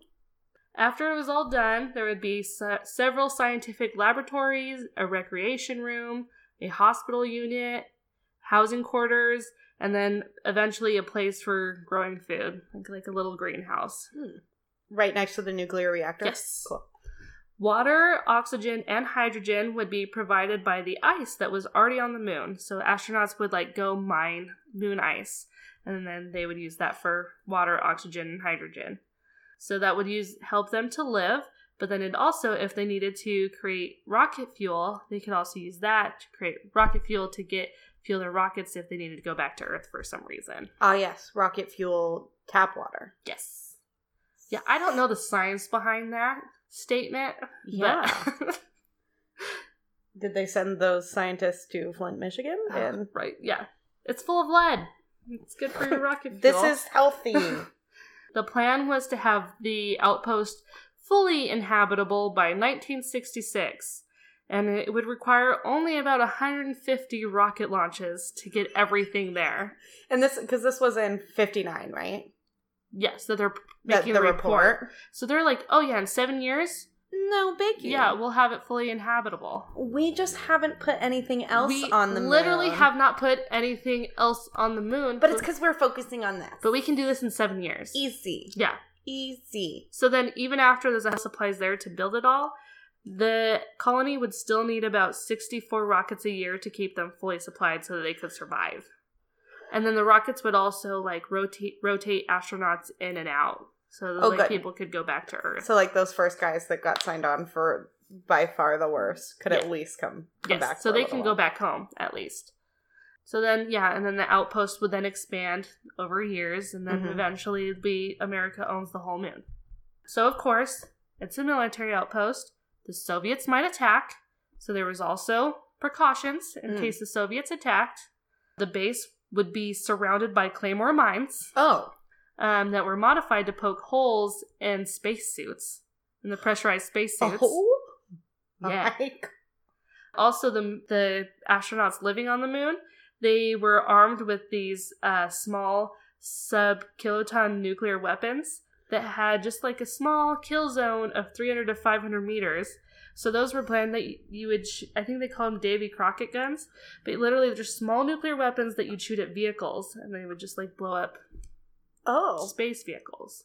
Speaker 1: After it was all done, there would be se- several scientific laboratories, a recreation room, a hospital unit, housing quarters, and then eventually a place for growing food, like, like a little greenhouse.
Speaker 2: right next to the nuclear reactor.
Speaker 1: Yes.
Speaker 2: Cool.
Speaker 1: Water, oxygen, and hydrogen would be provided by the ice that was already on the moon. So astronauts would like go mine moon ice, and then they would use that for water, oxygen, and hydrogen. So that would use help them to live. But then it also, if they needed to create rocket fuel, they could also use that to create rocket fuel to get fuel their rockets if they needed to go back to Earth for some reason.
Speaker 2: Ah yes, rocket fuel tap water.
Speaker 1: Yes. Yeah, I don't know the science behind that statement.
Speaker 2: Yeah.
Speaker 1: But
Speaker 2: Did they send those scientists to Flint, Michigan?
Speaker 1: Uh,
Speaker 2: And
Speaker 1: right, yeah. It's full of lead. It's good for your rocket fuel.
Speaker 2: this is healthy.
Speaker 1: the plan was to have the outpost fully inhabitable by 1966, and it would require only about 150 rocket launches to get everything there.
Speaker 2: and this because this was in 59, right?
Speaker 1: Yes, that they're
Speaker 2: That-
Speaker 1: making a report. So they're like, oh yeah, in seven years,
Speaker 2: No biggie.
Speaker 1: yeah, we'll have it fully inhabitable.
Speaker 2: We just haven't put anything else
Speaker 1: we
Speaker 2: on the moon.
Speaker 1: literally have not put anything else on the moon.
Speaker 2: But it's because we're focusing on this.
Speaker 1: but we can do this in seven years.
Speaker 2: easy,
Speaker 1: Yeah.
Speaker 2: easy.
Speaker 1: So then, even after there's enough supplies there to build it all, the colony would still need about 64 rockets a year to keep them fully supplied so that they could survive. And then the rockets would also like rotate rotate astronauts in and out, so that
Speaker 2: Oh,
Speaker 1: like,
Speaker 2: good.
Speaker 1: people could go back to Earth.
Speaker 2: So like those first guys that got signed on for by far the worst could
Speaker 1: Yeah.
Speaker 2: at least come, come
Speaker 1: yes,
Speaker 2: back.
Speaker 1: so
Speaker 2: for a
Speaker 1: they
Speaker 2: little
Speaker 1: can go
Speaker 2: while.
Speaker 1: back home at least. So then, yeah, and then the outpost would then expand over years, and then
Speaker 2: Mhm.
Speaker 1: eventually it'd be America owns the whole moon. So of course, it's a military outpost. The Soviets might attack, so there was also precautions in
Speaker 2: Mm.
Speaker 1: case the Soviets attacked. The base would be surrounded by claymore mines
Speaker 2: Oh,
Speaker 1: um, that were modified to poke holes in spacesuits, in the pressurized spacesuits.
Speaker 2: oh
Speaker 1: Yeah.
Speaker 2: my g-
Speaker 1: Also, the the astronauts living on the moon, they were armed with these uh, small sub kiloton nuclear weapons that had just like a small kill zone of 300 to 500 meters. So those were planned that y- you would, sh- I think they call them Davy Crockett guns, but literally they're just small nuclear weapons that you'd shoot at vehicles, and they would just like blow up
Speaker 2: Oh,
Speaker 1: space vehicles.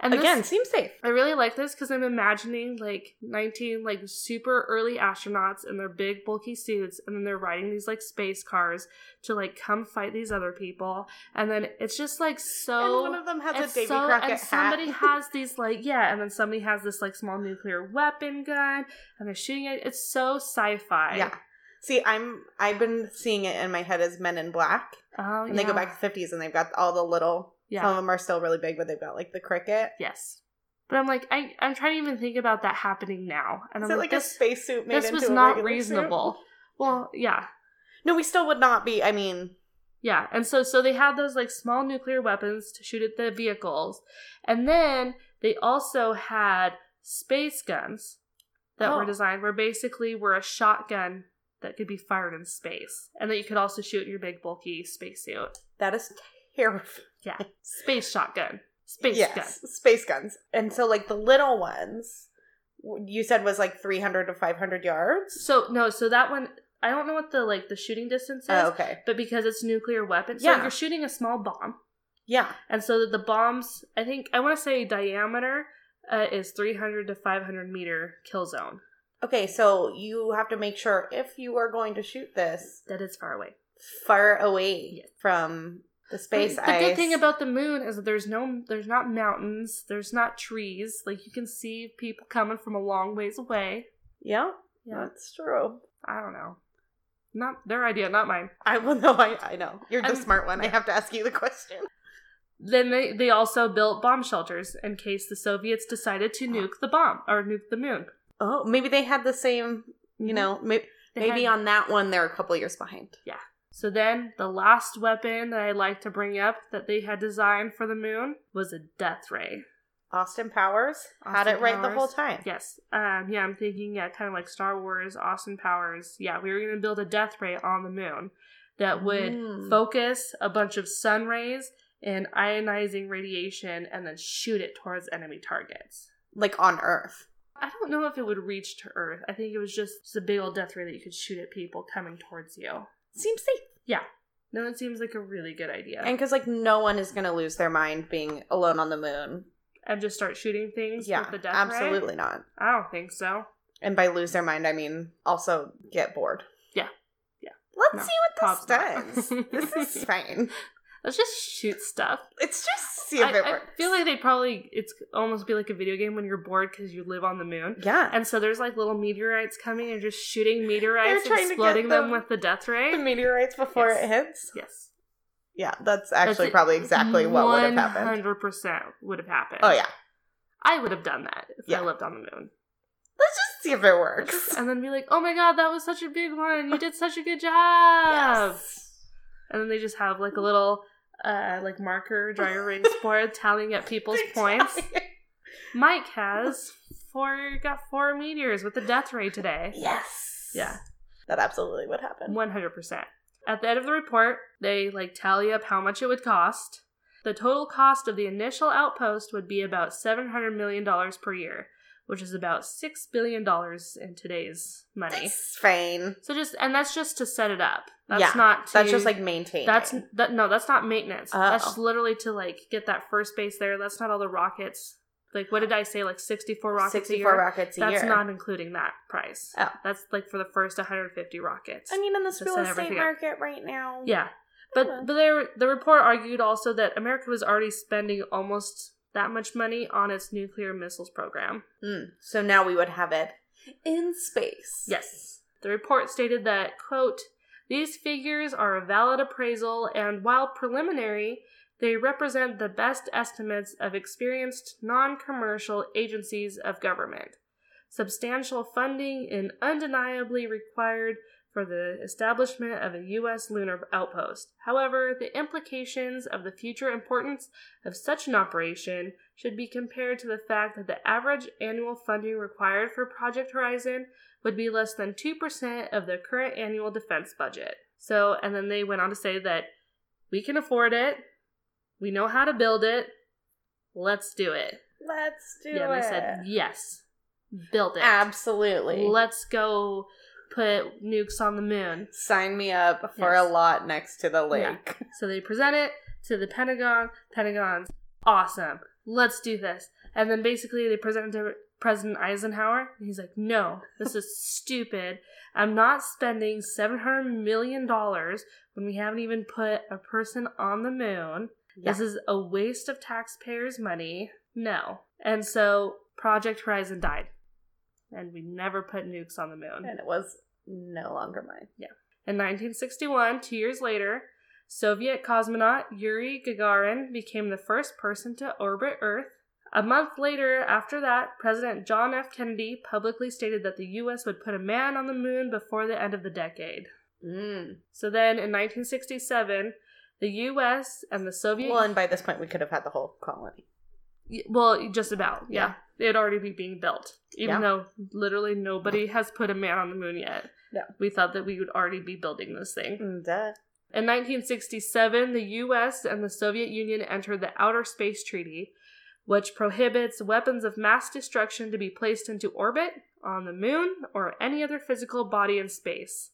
Speaker 1: And this-
Speaker 2: Again, seems safe.
Speaker 1: I really like this because I'm imagining like 19 like super early astronauts in their big bulky suits, and then they're riding these like space cars to like come fight these other people, and then it's just like so.
Speaker 2: and one of them has
Speaker 1: it's
Speaker 2: a Davy
Speaker 1: so-
Speaker 2: Crockett
Speaker 1: and somebody
Speaker 2: hat.
Speaker 1: has these like yeah, and then somebody has this like small nuclear weapon gun, and they're shooting it. It's so sci-fi.
Speaker 2: yeah. See, I'm I've been seeing it in my head as Men in Black,
Speaker 1: Oh,
Speaker 2: and they go
Speaker 1: yeah.
Speaker 2: back to the 50s, and they've got all the little.
Speaker 1: Yeah.
Speaker 2: Some of them are still really big, but they've got like the cricket.
Speaker 1: Yes. But I'm like, I, I'm trying to even think about that happening now, and
Speaker 2: Is
Speaker 1: I'm
Speaker 2: it
Speaker 1: like,
Speaker 2: like a
Speaker 1: this,
Speaker 2: spacesuit made
Speaker 1: this
Speaker 2: into
Speaker 1: was
Speaker 2: a
Speaker 1: not
Speaker 2: regular suit?
Speaker 1: reasonable. Well, yeah,
Speaker 2: No, we still would not be. I mean,
Speaker 1: Yeah, and so so they had those like small nuclear weapons to shoot at the vehicles, and then they also had space guns that were
Speaker 2: Oh.
Speaker 1: designed where basically were a shotgun that could be fired in space, and that you could also shoot in your big bulky spacesuit.
Speaker 2: that is terrifying.
Speaker 1: Yeah, space shotgun, space
Speaker 2: yes,
Speaker 1: gun.
Speaker 2: space guns. And so, like the little ones, w- you said was like 300 to 500 yards.
Speaker 1: So no, so that one I don't know what the like the shooting distance is,
Speaker 2: Oh, okay.
Speaker 1: but because it's nuclear weapon, so
Speaker 2: Yeah.
Speaker 1: you're shooting a small bomb.
Speaker 2: Yeah.
Speaker 1: And so that the bombs, I think, I want to say diameter uh, is 300 to 500 meter kill zone.
Speaker 2: Okay, so you have to make sure if you are going to shoot this,
Speaker 1: That is far away.
Speaker 2: far away
Speaker 1: Yes.
Speaker 2: from the space
Speaker 1: the,
Speaker 2: ice.
Speaker 1: The good thing about the moon is that there's no, there's not mountains, there's not trees. Like you can see people coming from a long ways away.
Speaker 2: yeah,
Speaker 1: Yeah,
Speaker 2: that's true.
Speaker 1: I don't know. Not their idea, not mine.
Speaker 2: I will know. I, I know you're the
Speaker 1: I'm-
Speaker 2: smart one. I have to ask you the question.
Speaker 1: Then they, they also built bomb shelters in case the Soviets decided to nuke the bomb or nuke the moon.
Speaker 2: Oh, maybe they had the same. You know, maybe,
Speaker 1: Mm-hmm. They
Speaker 2: maybe
Speaker 1: had-
Speaker 2: on that one they're a couple years behind.
Speaker 1: So then, the last weapon that I like to bring up that they had designed for the moon was a death ray.
Speaker 2: Austin Powers had
Speaker 1: Austin
Speaker 2: it right the whole
Speaker 1: Powers.
Speaker 2: time.
Speaker 1: Yes, um, yeah, I'm thinking, yeah, kind of like Star Wars, Austin Powers. Yeah, we were going to build a death ray on the moon that would
Speaker 2: Mm.
Speaker 1: focus a bunch of sun rays and ionizing radiation and then shoot it towards enemy targets.
Speaker 2: like on Earth.
Speaker 1: I don't know if it would reach to Earth. I think it was just, just a big old death ray that you could shoot at people coming towards you.
Speaker 2: Seems safe.
Speaker 1: No, that seems like a really good idea.
Speaker 2: And because like no one is gonna lose their mind being alone on the moon.
Speaker 1: and just start shooting things
Speaker 2: Yeah,
Speaker 1: with the death ray.
Speaker 2: absolutely not.
Speaker 1: I don't think so.
Speaker 2: And by lose their mind, I mean also get bored.
Speaker 1: Yeah. Yeah.
Speaker 2: Let's
Speaker 1: No,
Speaker 2: see what
Speaker 1: probs
Speaker 2: this
Speaker 1: not.
Speaker 2: does. this is fine.
Speaker 1: Let's just shoot stuff.
Speaker 2: Let's just see if
Speaker 1: I,
Speaker 2: it
Speaker 1: I
Speaker 2: works.
Speaker 1: feel like they probably it's almost be like a video game when you're bored because you live on the moon,
Speaker 2: yeah,
Speaker 1: and so there's like little meteorites coming and just shooting meteorites and
Speaker 2: trying to get
Speaker 1: exploding them
Speaker 2: them-
Speaker 1: with the death
Speaker 2: the
Speaker 1: ray.
Speaker 2: meteorites before
Speaker 1: Yes.
Speaker 2: it hits.
Speaker 1: yes,
Speaker 2: Yeah, that's actually
Speaker 1: That's it.
Speaker 2: probably exactly what would have happened.
Speaker 1: Hundred percent would have happened.
Speaker 2: Oh yeah,
Speaker 1: I would have done that if
Speaker 2: Yeah.
Speaker 1: I lived on the moon,
Speaker 2: let's just see if it works.
Speaker 1: and then be like, "Oh my god, that was such a big one! You did such a good job!"
Speaker 2: Yes.
Speaker 1: And then they just have like a little uh like marker dryer rings board tallying up people's points. Mike has four got four meteors with the death ray today.
Speaker 2: Yes.
Speaker 1: Yeah.
Speaker 2: That absolutely would happen.
Speaker 1: One hundred percent. At the end of the report, they like tally up how much it would cost. The total cost of the initial outpost would be about seven hundred million dollars per year, which is about six billion dollars in today's money.
Speaker 2: That's fine.
Speaker 1: so just and that's just to set it up. That's
Speaker 2: Yeah,
Speaker 1: not to,
Speaker 2: That's just like maintaining.
Speaker 1: That's that no, that's not maintenance. That's
Speaker 2: Oh.
Speaker 1: just literally to like get that first base there. That's not all the rockets. Like what did I say? Like sixty four rockets. a
Speaker 2: sixty-four
Speaker 1: year?
Speaker 2: rockets a
Speaker 1: that's
Speaker 2: year.
Speaker 1: not including that price.
Speaker 2: Oh.
Speaker 1: That's like for the first 150 rockets.
Speaker 2: I mean, in this
Speaker 1: Just
Speaker 2: real
Speaker 1: set
Speaker 2: estate
Speaker 1: everything up.
Speaker 2: market right now.
Speaker 1: yeah. But
Speaker 2: Yeah.
Speaker 1: but there the report argued also that America was already spending almost that much money on its nuclear missiles program.
Speaker 2: Mm, so now we would have it in space.
Speaker 1: Yes. The report stated that, quote, these figures are a valid appraisal, and while preliminary, they represent the best estimates of experienced non commercial agencies of government. Substantial funding is undeniably required for the establishment of a U.S. lunar outpost. However, the implications of the future importance of such an operation should be compared to the fact that the average annual funding required for Project Horizon would be less than 2% of the current annual defense budget. So, and then they went on to say that we can afford it, we know how to build it, let's do it.
Speaker 2: Let's do
Speaker 1: yeah,
Speaker 2: it.
Speaker 1: and they said, yes, build it.
Speaker 2: Absolutely.
Speaker 1: Let's go put nukes on the moon.
Speaker 2: Sign me up for
Speaker 1: Yes.
Speaker 2: a lot next to the
Speaker 1: Yeah.
Speaker 2: lake.
Speaker 1: So they present it to the Pentagon. Pentagon's awesome. let's do this. And then basically they present to President Eisenhower, and he's like, no, this is stupid. I'm not spending $700 million when we haven't even put a person on the moon.
Speaker 2: Yeah.
Speaker 1: This is a waste of taxpayers' money. No. And so Project Horizon died. And we never put nukes on the moon.
Speaker 2: and it was no longer mine.
Speaker 1: In 1961, two years later, Soviet cosmonaut Yuri Gagarin became the first person to orbit Earth. A month later, after that, President John F. Kennedy publicly stated that the U.S. would put a man on the moon before the end of the decade.
Speaker 2: Mm.
Speaker 1: So then, in 1967, the U.S. and the Soviet
Speaker 2: Well, and by this point, we could have had the whole colony.
Speaker 1: Y- Well, just about. Yeah. It'd already be being built. Even
Speaker 2: Yeah.
Speaker 1: though literally nobody has put a man on the moon yet.
Speaker 2: No.
Speaker 1: We thought that we would already be building this thing.
Speaker 2: Mm, Duh.
Speaker 1: In 1967, the US and the Soviet Union entered the Outer Space Treaty, which prohibits weapons of mass destruction to be placed into orbit, on the moon, or any other physical body in space.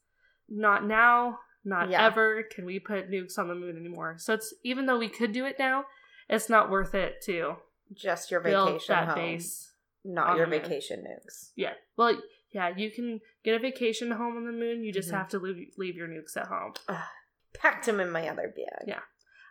Speaker 1: Not now, not
Speaker 2: Yeah.
Speaker 1: ever can we put nukes on the moon anymore. So it's even though we could do it now, it's not worth it to
Speaker 2: Just your
Speaker 1: build
Speaker 2: vacation
Speaker 1: that
Speaker 2: home,
Speaker 1: base.
Speaker 2: not
Speaker 1: on
Speaker 2: your
Speaker 1: the moon.
Speaker 2: vacation nukes.
Speaker 1: Yeah. Well, yeah, you can get a vacation home on the moon. You just
Speaker 2: Mhm.
Speaker 1: have to leave, leave your nukes at home.
Speaker 2: Packed them in my other bag.
Speaker 1: Yeah.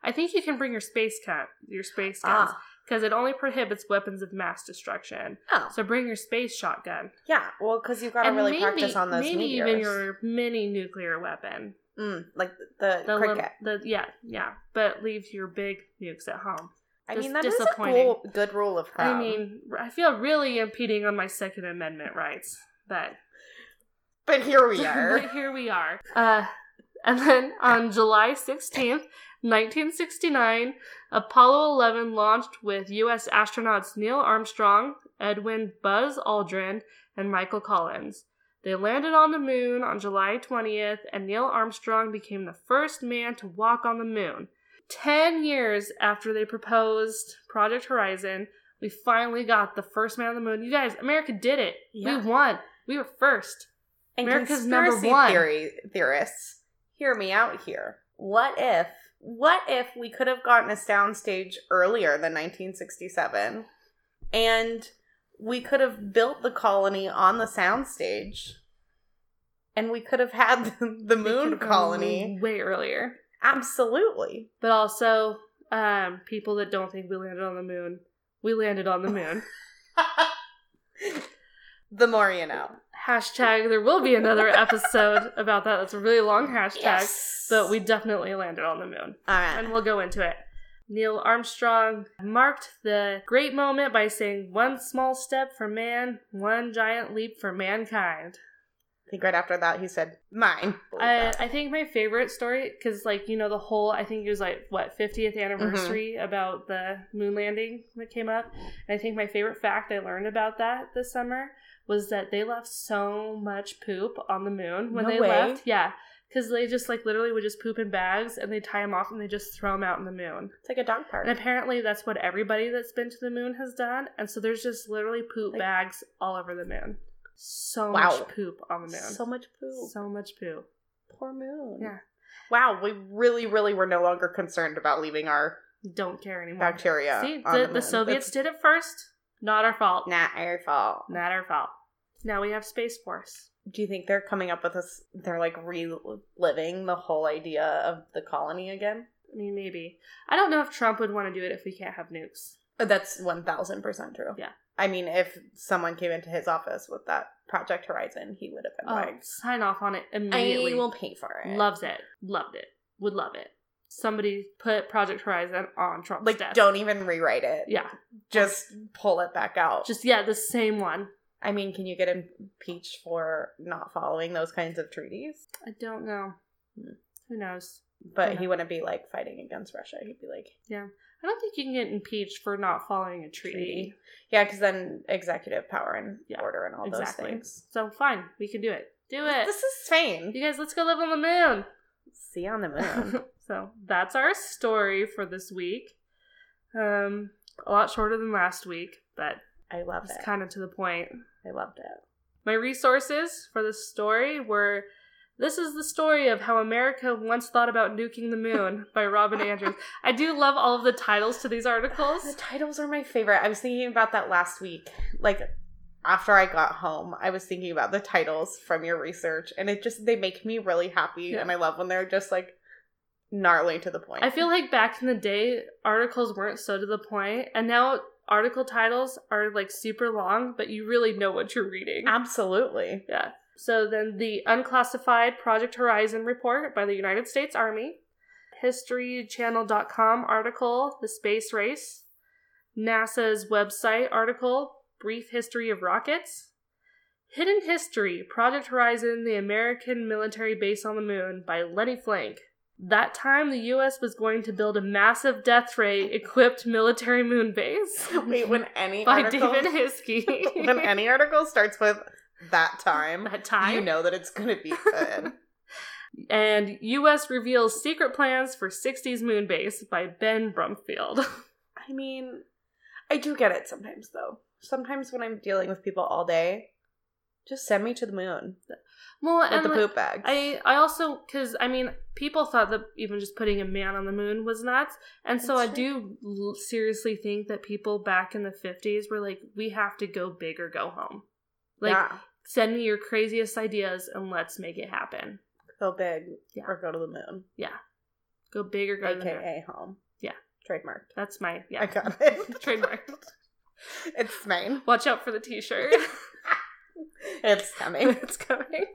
Speaker 1: I think you can bring your space gun, your space guns,
Speaker 2: Ah.
Speaker 1: because it only prohibits weapons of mass destruction.
Speaker 2: Oh.
Speaker 1: So bring your space shotgun,
Speaker 2: Yeah. Well, because you've got to really practice on those
Speaker 1: maybe
Speaker 2: meteors.
Speaker 1: even your mini nuclear weapon.
Speaker 2: Mm, like the,
Speaker 1: The,
Speaker 2: cricket.
Speaker 1: little, the yeah, yeah, but leave your big nukes at home.
Speaker 2: I
Speaker 1: just
Speaker 2: mean, that is a
Speaker 1: disappointing.
Speaker 2: cool, good rule of thumb.
Speaker 1: I mean, I feel really impeding on my Second Amendment rights, but
Speaker 2: but here we are.
Speaker 1: but here we are. Uh, and then on July 16th, 1969, Apollo 11 launched with U.S. astronauts Neil Armstrong, Edwin Buzz Aldrin, and Michael Collins. They landed on the moon on July 20th, and Neil Armstrong became the first man to walk on the moon. Ten years after they proposed Project Horizon, we finally got the first man on the moon. You guys, America did it.
Speaker 2: Yeah.
Speaker 1: We won. We were first.
Speaker 2: and
Speaker 1: America's number
Speaker 2: conspiracy
Speaker 1: one.
Speaker 2: theory theorists, hear me out here. What if? What if we could have gotten a soundstage earlier than 1967, and we could have built the colony on the soundstage, and we could have had the, the moon
Speaker 1: could've gone
Speaker 2: colony?
Speaker 1: way earlier.
Speaker 2: Absolutely.
Speaker 1: But also, um, people that don't think we landed on the moon, we landed on the moon.
Speaker 2: the more you know.
Speaker 1: hashtag. There will be another episode about that. That's a really long hashtag. But we definitely landed on the moon,
Speaker 2: All right.
Speaker 1: and we'll go into it. Neil Armstrong marked the great moment by saying, "One small step for man, one giant leap for mankind."
Speaker 2: I think right after that he said, "Mine."
Speaker 1: I, I think my favorite story, because like you know the whole, I think it was like what 50th
Speaker 2: Mm-hmm.
Speaker 1: anniversary about the moon landing that came up. And I think my favorite fact I learned about that this summer was that they left so much poop on the moon when
Speaker 2: No
Speaker 1: they
Speaker 2: way.
Speaker 1: left. Yeah, because they just like literally would just poop in bags and they tie them off and they just throw them out in the moon.
Speaker 2: it's like a dog park.
Speaker 1: And apparently that's what everybody that's been to the moon has done. And so there's just literally poop
Speaker 2: Like-
Speaker 1: bags all over the moon. So
Speaker 2: Wow.
Speaker 1: much poop on the moon.
Speaker 2: Oh, So much poop.
Speaker 1: so much poop.
Speaker 2: Poor moon.
Speaker 1: Yeah.
Speaker 2: Wow, we really, really were no longer concerned about leaving our
Speaker 1: don't care anymore.
Speaker 2: bacteria.
Speaker 1: See,
Speaker 2: on
Speaker 1: the,
Speaker 2: the,
Speaker 1: the
Speaker 2: moon.
Speaker 1: Soviets did it first. Not our fault.
Speaker 2: That's not our fault.
Speaker 1: Not our fault. Now we have Space Force.
Speaker 2: Do you think they're coming up with this? They're like reliving the whole idea of the colony again.
Speaker 1: I mean, maybe. I don't know if Trump would want to do it if we can't have nukes.
Speaker 2: Uh, That's one thousand percent true.
Speaker 1: Yeah.
Speaker 2: I mean, if someone came into his office with that Project Horizon, he would have been
Speaker 1: Oh,
Speaker 2: like,
Speaker 1: sign off on it immediately.
Speaker 2: "I will pay for it."
Speaker 1: Loves it. Loved it. Would love it. Somebody put Project Horizon on Trump's
Speaker 2: like
Speaker 1: desk.
Speaker 2: don't even rewrite it.
Speaker 1: Yeah.
Speaker 2: Just pull it back out.
Speaker 1: Just, yeah, the same one.
Speaker 2: I mean, can you get impeached for not following those kinds of treaties?
Speaker 1: I don't know.
Speaker 2: Hmm.
Speaker 1: Who knows?
Speaker 2: But
Speaker 1: Yeah.
Speaker 2: he wouldn't be like fighting against Russia. He'd be like,
Speaker 1: I don't think you can get impeached for not following a treaty.
Speaker 2: Treaty. yeah, because then executive power and
Speaker 1: Yeah,
Speaker 2: order and all
Speaker 1: exactly.
Speaker 2: those things.
Speaker 1: So, fine. We can do it. Do it.
Speaker 2: This is Spain.
Speaker 1: You guys, let's go live on the moon.
Speaker 2: See you on the moon.
Speaker 1: Um, so that's our story for this week. Um, a lot shorter than last week, but
Speaker 2: I love
Speaker 1: it's
Speaker 2: it.
Speaker 1: kind of to the point.
Speaker 2: I loved it.
Speaker 1: My resources for this story were This is the story of how America once thought about nuking the moon by Robin Andrews. I do love all of the titles to these
Speaker 2: The
Speaker 1: articles.
Speaker 2: titles are my favorite. I was thinking about that last week. Like after I got home, I was thinking about the titles from your research and it just they make me really happy
Speaker 1: Yeah.
Speaker 2: and I love when they're just like gnarly to the point.
Speaker 1: I feel like back in the day, articles weren't so to the point, and now article titles are like super long, but you really know what you're reading.
Speaker 2: absolutely.
Speaker 1: Yeah. So then the unclassified Project Horizon report by the United States Army, historychannel.com article, The Space Race, NASA's website article, Brief History of Rockets, Hidden History Project Horizon, the American Military Base on the Moon by Lenny Flank. That time the US was going to build a massive death ray equipped military moon base
Speaker 2: Wait, when any
Speaker 1: by
Speaker 2: article,
Speaker 1: David Hiskey.
Speaker 2: when any article starts with that time,
Speaker 1: that time.
Speaker 2: you know that it's gonna be good.
Speaker 1: And U.S. reveals secret plans for 60s moon base by Ben Brumfield.
Speaker 2: I mean, I do get it sometimes though. Sometimes when I'm dealing with people all day, just send me to the moon
Speaker 1: well,
Speaker 2: with
Speaker 1: and
Speaker 2: the
Speaker 1: like,
Speaker 2: poop bags.
Speaker 1: I I also because I mean people thought that even just putting a man on the moon was nuts, and so
Speaker 2: That's
Speaker 1: I do l- seriously think that people back in the 50s were like, we have to go big or go home. Like,
Speaker 2: yeah,
Speaker 1: send me your craziest ideas and let's make it happen.
Speaker 2: go big
Speaker 1: Yeah.
Speaker 2: or go to the moon,
Speaker 1: Go big or go to the moon.
Speaker 2: aka home.
Speaker 1: Yeah.
Speaker 2: trademarked.
Speaker 1: That's my
Speaker 2: I
Speaker 1: yeah
Speaker 2: got it.
Speaker 1: trademark.
Speaker 2: it's mine.
Speaker 1: Watch out for the t-shirt.
Speaker 2: It's coming.
Speaker 1: it's coming.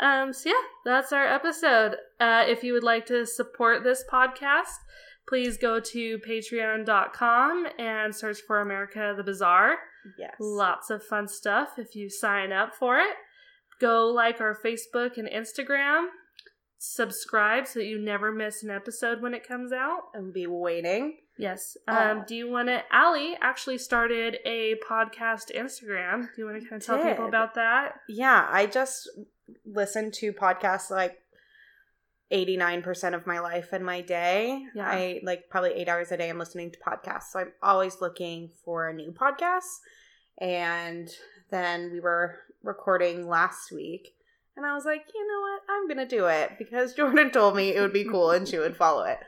Speaker 1: Um, so yeah, that's our episode. Uh, if you would like to support this podcast, please go to patreon.com and search for America the Bazaar.
Speaker 2: Yes.
Speaker 1: Lots of fun stuff if you sign up for it. Go like our Facebook and Instagram. Subscribe so that you never miss an episode when it comes out.
Speaker 2: And be waiting.
Speaker 1: Yes. Um,
Speaker 2: Oh.
Speaker 1: Do you want to? Allie actually started a podcast Instagram. Do you want to kind of tell people
Speaker 2: Did.
Speaker 1: about that?
Speaker 2: Yeah, I just listen to podcasts like 89% of my life and my day.
Speaker 1: Yeah.
Speaker 2: I like probably eight hours a day I'm listening to podcasts. So I'm always looking for a new podcast. And then we were recording last week. And I was like, you know what? I'm going to do it because Jordan told me it would be cool and she would follow it.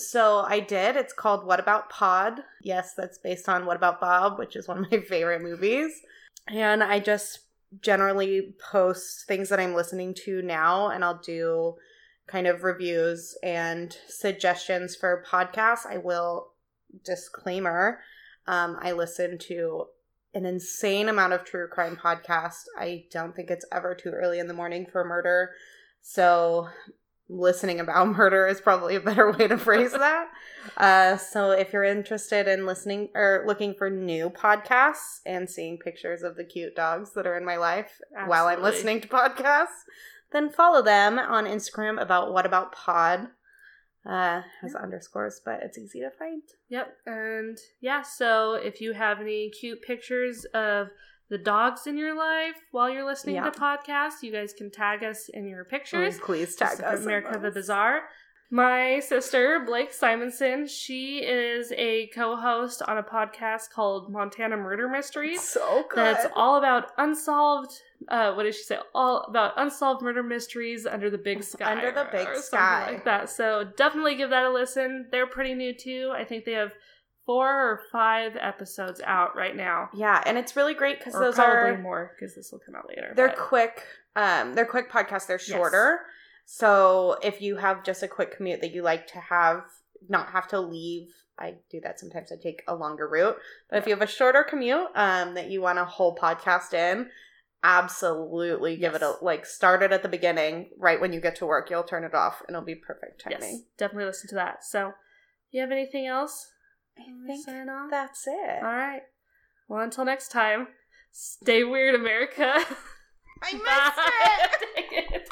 Speaker 2: So I did. It's called What About Pod. Yes, that's based on What About Bob, which is one of my favorite movies. And I just generally post things that I'm listening to now, and I'll do kind of reviews and suggestions for podcasts. I will disclaimer um, I listen to an insane amount of true crime podcasts. I don't think it's ever too early in the morning for murder. So, listening about murder is probably a better way to phrase that. Uh, so, if you're interested in listening or looking for new podcasts and seeing pictures of the cute dogs that are in my life while I'm
Speaker 1: Absolutely.
Speaker 2: listening to podcasts, then follow them on Instagram about What About Pod. Uh, has underscores, but it's easy to find.
Speaker 1: Yep. And yeah, so if you have any cute pictures of the dogs in your life while you're listening
Speaker 2: Yeah.
Speaker 1: to podcasts, you guys can tag us in your pictures.
Speaker 2: Mm, please
Speaker 1: This
Speaker 2: tag
Speaker 1: is
Speaker 2: us. in
Speaker 1: America the
Speaker 2: those.
Speaker 1: Bazaar. My sister, Blake Simonson, she is a co host on a podcast called Montana Murder Mysteries.
Speaker 2: So good.
Speaker 1: That's all about unsolved. Uh, what did she say? All about unsolved murder mysteries under the big sky.
Speaker 2: Under the
Speaker 1: or-
Speaker 2: big
Speaker 1: or something
Speaker 2: sky.
Speaker 1: like that. So definitely give that a listen. They're pretty new too. I think they have four or five episodes out right now,
Speaker 2: yeah, and it's really great because
Speaker 1: or
Speaker 2: those
Speaker 1: probably
Speaker 2: are
Speaker 1: more because this will come out later.
Speaker 2: they're
Speaker 1: but-
Speaker 2: quick. Um, they're quick podcasts. They're shorter. So if you have just a quick commute that you like to have, not have to leave. I do that sometimes. I take a longer route, but if you have a shorter commute um, that you want a whole podcast in, absolutely give it
Speaker 1: Yes.
Speaker 2: a like. Start it at the beginning, right when you get to work. You'll turn it off, and it'll be perfect
Speaker 1: yes,
Speaker 2: timing.
Speaker 1: definitely listen to that. So, you have anything else?
Speaker 2: I think
Speaker 1: Sign off?
Speaker 2: that's it.
Speaker 1: All right. Well, until next time, stay weird, America.
Speaker 2: I
Speaker 1: Bye.
Speaker 2: missed it.
Speaker 1: Dang it.